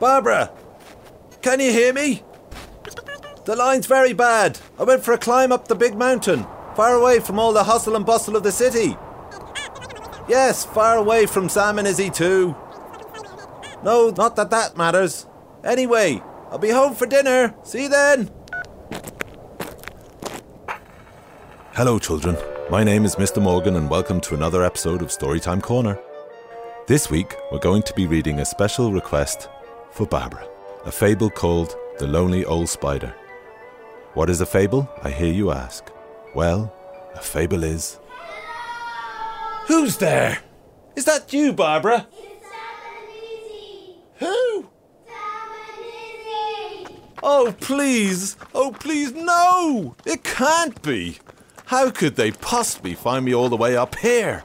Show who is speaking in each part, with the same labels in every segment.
Speaker 1: Barbara! Can you hear me? The line's very bad. I went for a climb up the big mountain, far away from all the hustle and bustle of the city. Yes, far away from Sam and Izzy too. No, not that that matters. Anyway, I'll be home for dinner. See you then. Hello, children. My name is Mr. Morgan, and welcome to another episode of Storytime Corner. This week, we're going to be reading a special request for Barbara, a fable called The Lonely Old Spider. What is a fable, I hear you ask? Well, a fable is. Who's there? Is that you, Barbara? Who? Oh, please! Oh, please, no! It can't be! How could they possibly find me all the way up here?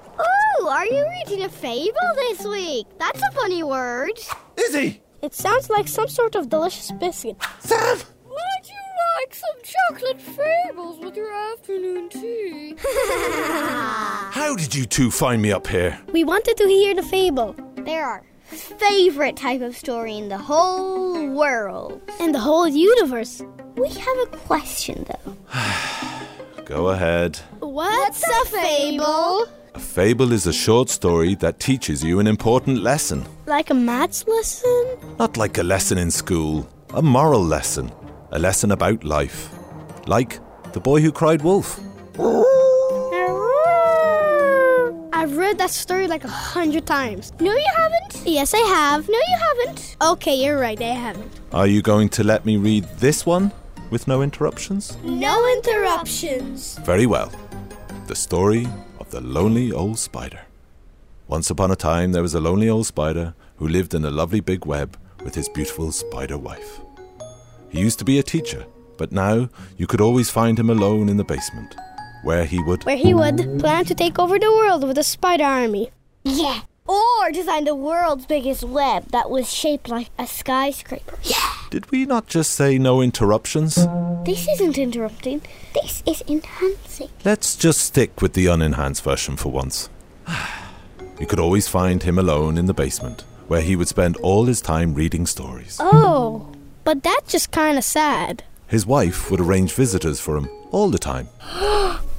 Speaker 2: Ooh, are you reading a fable this week? That's a funny word.
Speaker 1: Izzy!
Speaker 2: It sounds like some sort of delicious biscuit.
Speaker 1: Sam!
Speaker 2: Would you like some chocolate fables with your afternoon tea?
Speaker 1: How did you two find me up here?
Speaker 3: We wanted to hear the fable.
Speaker 2: They're our favorite type of story in the whole world.
Speaker 3: And the whole universe.
Speaker 2: We have a question though.
Speaker 1: Go ahead.
Speaker 3: What's
Speaker 2: a fable?
Speaker 1: A fable is a short story that teaches you an important lesson.
Speaker 3: Like a maths lesson?
Speaker 1: Not like a lesson in school, a moral lesson, a lesson about life. Like The Boy Who Cried Wolf.
Speaker 3: I've read that story like a hundred times.
Speaker 2: No, you haven't.
Speaker 3: Yes, I have.
Speaker 2: No, you haven't.
Speaker 3: Okay, you're right, I haven't.
Speaker 1: Are you going to let me read this one with no interruptions?
Speaker 3: No interruptions.
Speaker 1: Very well. The story of the lonely old spider. Once upon a time, there was a lonely old spider who lived in a lovely big web with his beautiful spider wife. He used to be a teacher, but now you could always find him alone in the basement, where he would.
Speaker 3: Where he would plan to take over the world with a spider army.
Speaker 2: Yeah. Or design the world's biggest web that was shaped like a skyscraper. Yeah.
Speaker 1: Did we not just say no interruptions?
Speaker 2: This isn't interrupting. This is enhancing.
Speaker 1: Let's just stick with the unenhanced version for once. You could always find him alone in the basement, where he would spend all his time reading stories.
Speaker 3: Oh, but that's just kind of sad.
Speaker 1: His wife would arrange visitors for him all the time.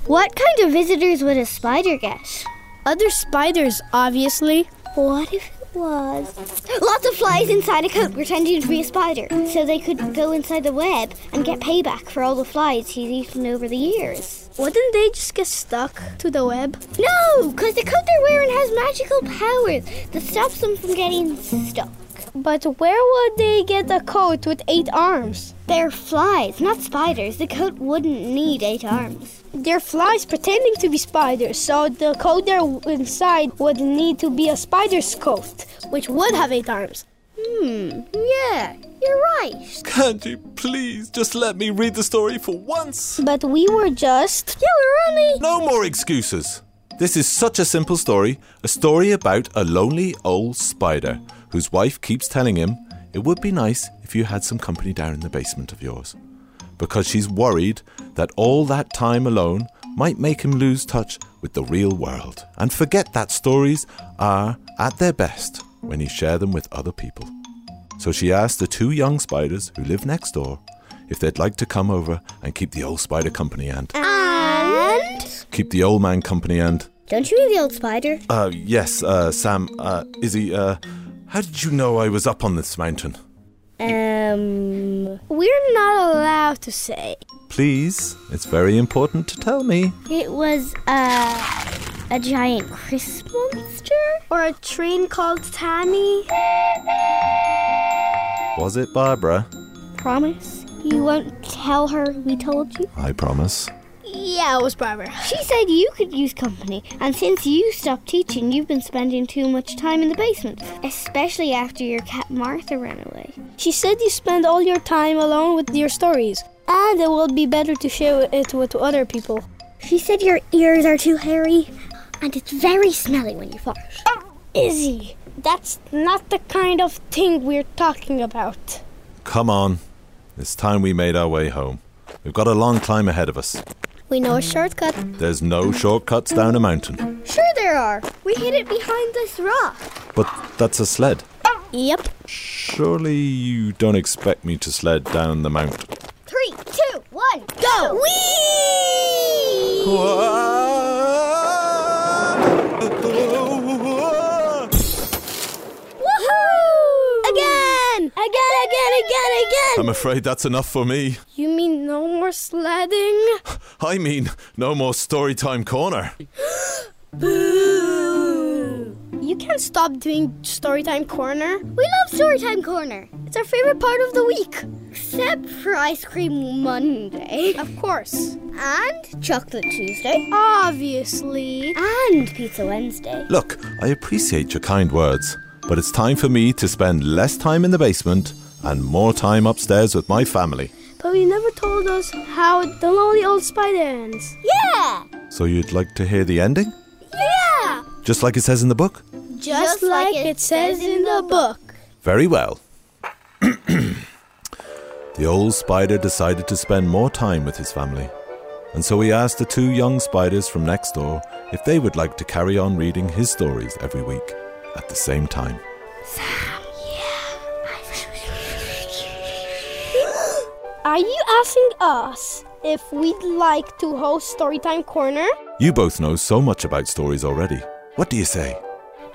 Speaker 2: What kind of visitors would a spider get?
Speaker 3: Other spiders, obviously.
Speaker 2: What if it was? Lots of flies inside a coat pretending to be a spider, so they could go inside the web and get payback for all the flies he's eaten over the years.
Speaker 3: Wouldn't they just get stuck to the web?
Speaker 2: No, because the coat they're wearing has magical powers that stops them from getting stuck.
Speaker 3: But where would they get a coat with eight arms?
Speaker 2: They're flies, not spiders. The coat wouldn't need eight arms.
Speaker 3: They're flies pretending to be spiders, so the coat they're inside would need to be a spider's coat, which would have eight arms.
Speaker 2: Hmm, yeah, you're right.
Speaker 1: Can't you please just let me read the story for once?
Speaker 3: But we were just.
Speaker 2: Yeah, we're only.
Speaker 1: No more excuses! This is such a simple story a story about a lonely old spider whose wife keeps telling him it would be nice if you had some company down in the basement of yours. Because she's worried that all that time alone might make him lose touch with the real world and forget that stories are at their best when you share them with other people. So she asked the two young spiders who live next door if they'd like to come over and keep the old spider company and
Speaker 2: And?
Speaker 1: keep the old man company and
Speaker 2: Don't you mean the old spider?
Speaker 1: Uh, yes, uh, Sam, uh, Izzy, uh, how did you know I was up on this mountain?
Speaker 2: Um.
Speaker 3: We're not allowed to say.
Speaker 1: Please, it's very important to tell me.
Speaker 2: It was uh, a giant crisp monster?
Speaker 3: Or a train called Tammy.
Speaker 1: Was it Barbara?
Speaker 2: Promise? You won't tell her we told you?
Speaker 1: I promise.
Speaker 3: Yeah, it was Barbara.
Speaker 2: She said you could use company, and since you stopped teaching, you've been spending too much time in the basement, especially after your cat Martha ran away.
Speaker 3: She said you spend all your time alone with your stories, and it would be better to share it with other people.
Speaker 2: She said your ears are too hairy, and it's very smelly when you fart.
Speaker 3: Um, Izzy, that's not the kind of thing we're talking about.
Speaker 1: Come on, it's time we made our way home. We've got a long climb ahead of us.
Speaker 3: We know a shortcut.
Speaker 1: There's no shortcuts down a mountain,
Speaker 2: Sure, there are. We hid it behind this rock.
Speaker 1: but that's a sled.
Speaker 2: Yep.
Speaker 1: Surely you don't expect me to sled down the mount.
Speaker 2: Three, two, one, go! Whee! Woohoo! Again! Again, again, again, again!
Speaker 1: I'm afraid that's enough for me.
Speaker 3: You mean no more sledding?
Speaker 1: I mean, no more story time corner.
Speaker 3: You can't stop doing Storytime Corner.
Speaker 2: We love Storytime Corner.
Speaker 3: It's our favorite part of the week.
Speaker 2: Except for Ice Cream Monday.
Speaker 3: Of course.
Speaker 2: And Chocolate Tuesday.
Speaker 3: Obviously.
Speaker 2: And Pizza Wednesday.
Speaker 1: Look, I appreciate your kind words, but it's time for me to spend less time in the basement and more time upstairs with my family.
Speaker 3: But you never told us how the lonely old spider ends.
Speaker 2: Yeah!
Speaker 1: So you'd like to hear the ending?
Speaker 2: Yeah!
Speaker 1: Just like it says in the book?
Speaker 3: Just, like, it says in the book.
Speaker 1: Very well. the old spider decided to spend more time with his family, and so he asked the two young spiders from next door if they would like to carry on reading his stories every week at the same time.
Speaker 3: Are you asking us if we'd like to host Storytime Corner?
Speaker 1: You both know so much about stories already. What do you say?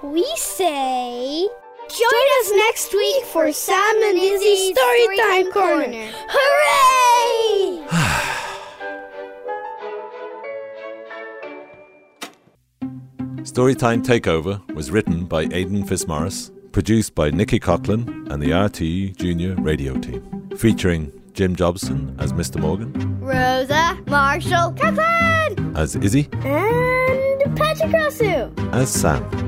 Speaker 3: We say.
Speaker 2: Join us next week for Sam and Izzy Storytime Corner.
Speaker 3: Hooray!
Speaker 1: Storytime Takeover was written by Aidan Fitzmaurice, produced by Nikki Coughlin and the RTE Junior radio team, featuring Jim Jobson as Mr. Morgan,
Speaker 2: Rosa, Marshall, Kathleen,
Speaker 1: as Izzy,
Speaker 2: and Patrick Rosu.
Speaker 1: as Sam.